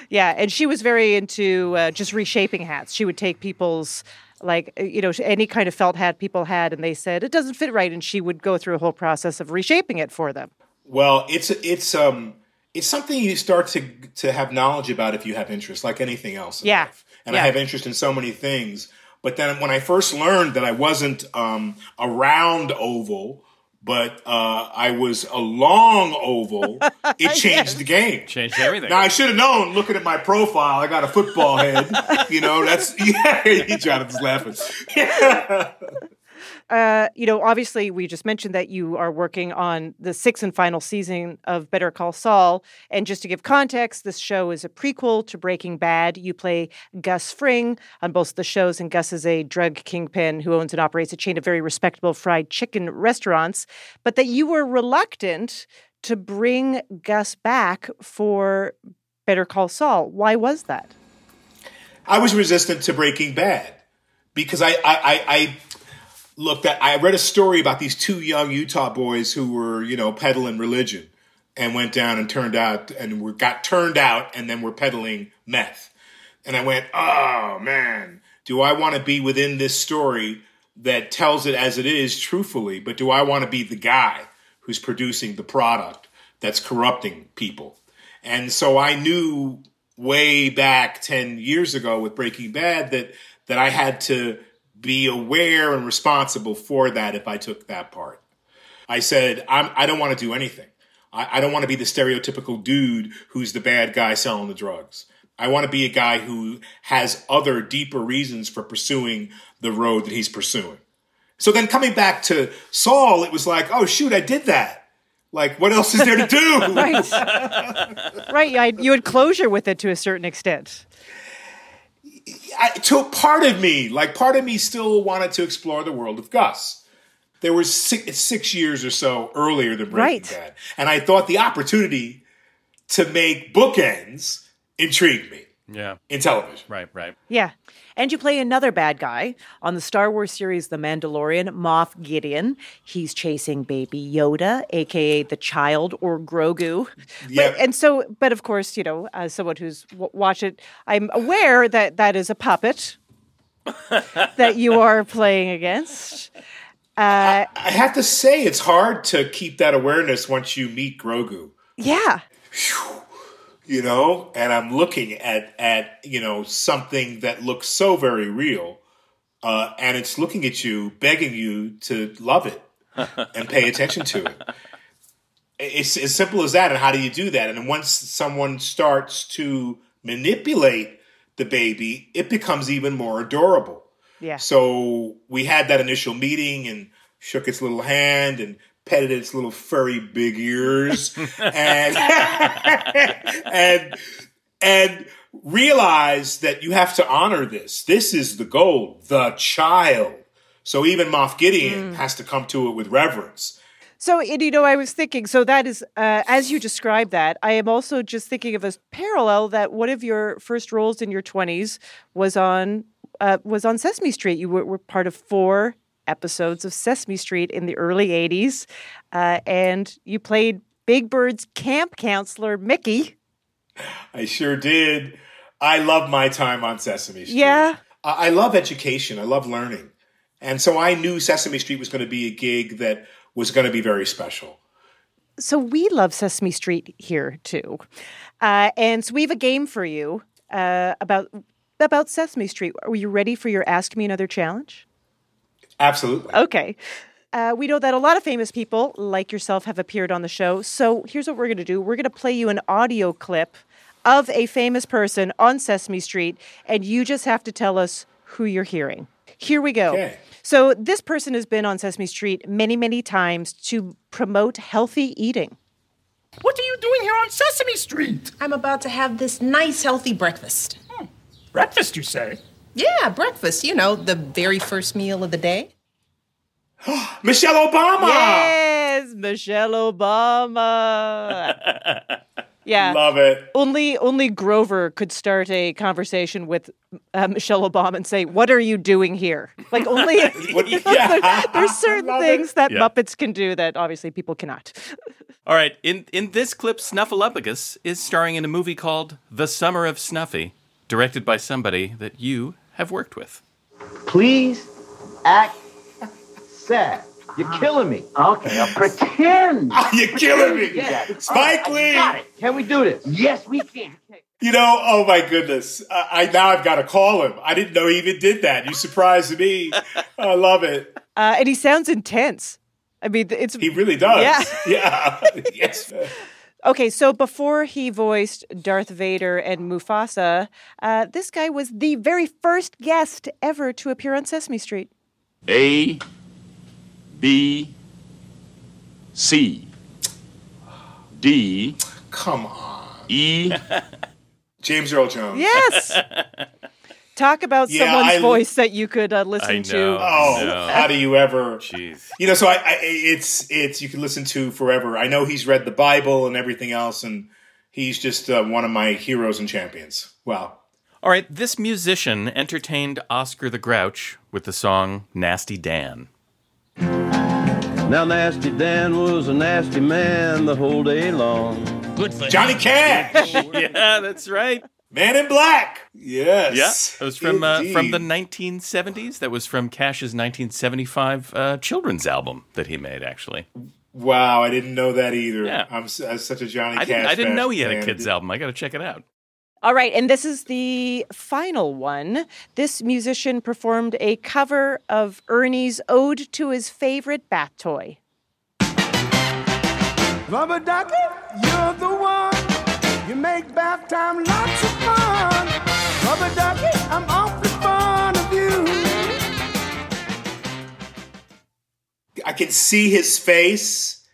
S1: yeah, and she was very into uh, just reshaping hats. She would take people's like uh, you know any kind of felt hat people had, and they said it doesn't fit right, and she would go through a whole process of reshaping it for them.
S12: Well, it's it's um it's something you start to to have knowledge about if you have interest, like anything else. in
S1: Yeah,
S12: and
S1: yeah.
S12: I have interest in so many things. But then when I first learned that I wasn't um, a round oval, but uh, I was a long oval, it changed the game.
S2: Changed everything.
S12: Now I should have known. Looking at my profile, I got a football head. you know, that's yeah. Jonathan's laughing.
S1: uh, you know, obviously, we just mentioned that you are working on the sixth and final season of Better Call Saul. And just to give context, this show is a prequel to Breaking Bad. You play Gus Fring on both the shows, and Gus is a drug kingpin who owns and operates a chain of very respectable fried chicken restaurants. But that you were reluctant to bring Gus back for Better Call Saul. Why was that?
S12: I was resistant to Breaking Bad because I I I, I looked at I read a story about these two young Utah boys who were you know peddling religion and went down and turned out and were got turned out and then were peddling meth and I went oh man do I want to be within this story that tells it as it is truthfully but do I want to be the guy who's producing the product that's corrupting people and so I knew way back 10 years ago with Breaking Bad that that I had to be aware and responsible for that if I took that part. I said, I'm, I don't want to do anything. I, I don't want to be the stereotypical dude who's the bad guy selling the drugs. I want to be a guy who has other deeper reasons for pursuing the road that he's pursuing. So then coming back to Saul, it was like, oh, shoot, I did that. Like, what else is there to do?
S1: right. I, you had closure with it to a certain extent.
S12: I, to part of me, like part of me still wanted to explore the world of Gus. There was six, six years or so earlier than Breaking
S1: Right.
S12: Bad. And I thought the opportunity to make bookends intrigued me
S2: Yeah.
S12: in television.
S2: Right, right.
S1: Yeah. And you play another bad guy on the Star Wars series The Mandalorian, Moff Gideon. He's chasing baby Yoda, aka the child or Grogu.
S12: Yeah.
S1: But, and so, but of course, you know, as someone who's w- watched it, I'm aware that that is a puppet that you are playing against. Uh,
S12: I have to say, it's hard to keep that awareness once you meet Grogu.
S1: yeah.
S12: you know and i'm looking at at you know something that looks so very real uh, and it's looking at you begging you to love it and pay attention to it it's as simple as that and how do you do that and then once someone starts to manipulate the baby it becomes even more adorable
S1: Yeah.
S12: so we had that initial meeting and shook its little hand and petted its little furry big ears and and and realized that you have to honor this. This is the goal, the child. So even Moff Gideon has to come to it with reverence.
S1: So, and, you know, I was thinking, so that is, uh, as you describe that, I am also just thinking of a parallel that one of your first roles in your 20s was on, uh, was on Sesame Street. You were, were part of four episodes of Sesame Street in the early 80s, uh, and you played Big Bird's camp counselor, Mickey.
S12: I sure did. I love my time on Sesame Street.
S1: Yeah.
S12: I I love education. I love learning. And so I knew Sesame Street was going to be a gig that was going to be very special.
S1: So we love Sesame Street here too, uh, and so we have a game for you uh, about about Sesame Street. Are you ready for your Ask Me Another challenge?
S12: Absolutely.
S1: Okay. Uh, we know that a lot of famous people like yourself have appeared on the show. So here's what we're going to do we're going to play you an audio clip of a famous person on Sesame Street, and you just have to tell us who you're hearing. Here we go.
S12: Okay.
S1: So, this person has been on Sesame Street many, many times to promote healthy eating.
S13: What are you doing here on Sesame Street? I'm about to have this nice, healthy breakfast.
S14: Breakfast, you say?
S13: Yeah, breakfast. You know, the very first meal of the day.
S12: Michelle Obama.
S1: Yes, Michelle Obama. Yeah,
S12: Love it.
S1: Only only Grover could start a conversation with uh, Michelle Obama and say, "What are you doing here?" Like only
S12: Yeah.
S1: there's certain things that
S2: Yeah.
S1: Muppets can do that obviously people cannot.
S2: All right, in, in this clip, Snuffleupagus is starring in a movie called The Summer of Snuffy, directed by somebody that you have worked with.
S15: Please act sad. You're killing me. Uh-huh. Okay, I'll pretend.
S12: You're killing me. Spike Lee.
S15: Can we do this? Yes, we can.
S12: You know, oh my goodness! I, I now I've got to call him. I didn't know he even did that. You surprised me. I love it.
S1: Uh, and he sounds intense. I mean, th- it's
S12: He really does.
S1: Yeah.
S12: Yeah. yes.
S1: Okay, so before he voiced Darth Vader and Mufasa, uh, this guy was the very first guest ever to appear on Sesame Street.
S16: A, B, C, D.
S12: Come on.
S16: E.
S12: James Earl Jones.
S1: Yes. Talk about
S12: Yeah,
S1: someone's
S12: I-
S1: voice that you could uh, listen to.
S12: Oh, how do you ever?
S2: Jeez.
S12: You know, so I, I, it's it's you can listen to forever. I know he's read the Bible and everything else, and he's just uh, one of my heroes and champions. Wow.
S2: All right, this musician entertained Oscar the Grouch with the song Nasty Dan.
S17: Now, Nasty Dan was a nasty man the whole day long. Good for
S12: Johnny Cash.
S2: yeah, that's right.
S12: Man in Black. Yes.
S2: Yeah, it was from uh, from
S12: Indeed.
S2: the 1970s. That was from Cash's 1975 uh, children's album that he made, actually.
S12: Wow, I didn't know that either.
S2: Yeah.
S12: I'm, s am such a Johnny
S2: I
S12: Cash.
S2: didn't, I didn't
S12: fan-
S2: know he had a
S12: fan.
S2: kids album. I got to check it out.
S1: All right, and this is the final one. This musician performed a cover of Ernie's Ode to his favorite bat toy.
S18: Rubber ducky, you're the one. You make bath time lots of fun. Rubber ducky, I'm awfully fond of you.
S12: I can see his face,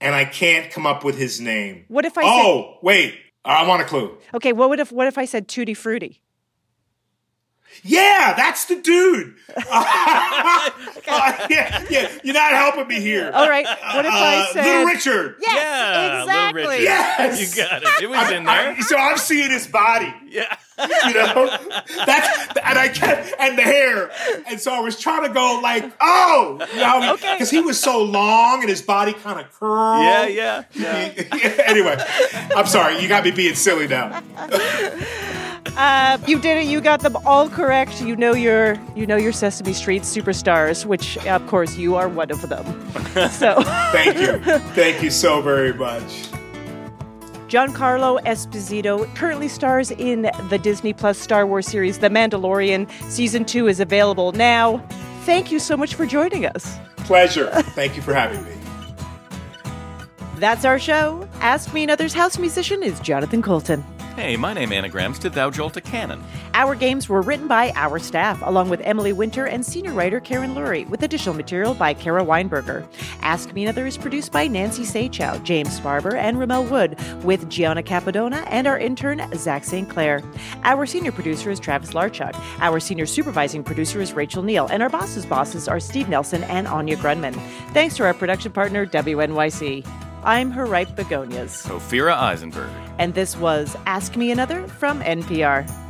S12: and I can't come up with his name.
S1: What if I
S12: oh, wait. I I want a clue.
S1: said Okay, what would if what if I said Tutti Frutti?
S12: Yeah, that's the dude. Uh, yeah, yeah, you're not helping me here.
S1: All right, Oh, what if I
S12: Uh,
S1: said-
S12: Little Richard?
S1: Yes,
S2: Yeah,
S1: exactly.
S2: Little Richard.
S12: Yes,
S2: You got it. It was
S12: I'm-
S2: in there.
S12: I'm- so I'm seeing his body.
S2: Yeah,
S12: you know that's and I kept and the hair, and so I was trying to go like, oh, you know, because he was so long and his body kind of curled.
S2: Yeah, yeah,
S12: anyway, I'm sorry, you got me being silly now.
S1: Uh, you did it. You got them all correct. You know your you know your Sesame Street superstars, which of course you are one of them. So
S12: Thank you, thank you so very much.
S1: Giancarlo Esposito currently stars in the Disney Plus Star Wars series The Mandalorian. Season 2 is available now. Thank you so much for joining us.
S12: Pleasure. Thank you for having me.
S1: That's our show. Ask Me Another's house musician is Jonathan Colton.
S2: Hey, my name anagrams to Thou Jolt a Cannon.
S1: Our games were written by our staff, along with Emily Winter and senior writer Karen Lurie, with additional material by Kara Weinberger. Ask Me Another is produced by Nancy Seychow, James Barber, and Ramel Wood, with Gianna Capadona and our intern, Zach St. Clair. Our senior producer is Travis Larchuk. Our senior supervising producer is Rachel Neal, and our boss's bosses are Steve Nelson and Anya Grunman. Thanks to our production partner, WNYC. I'm her ripe begonias.
S2: Ophira Eisenberg.
S1: And this was Ask Me Another from NPR.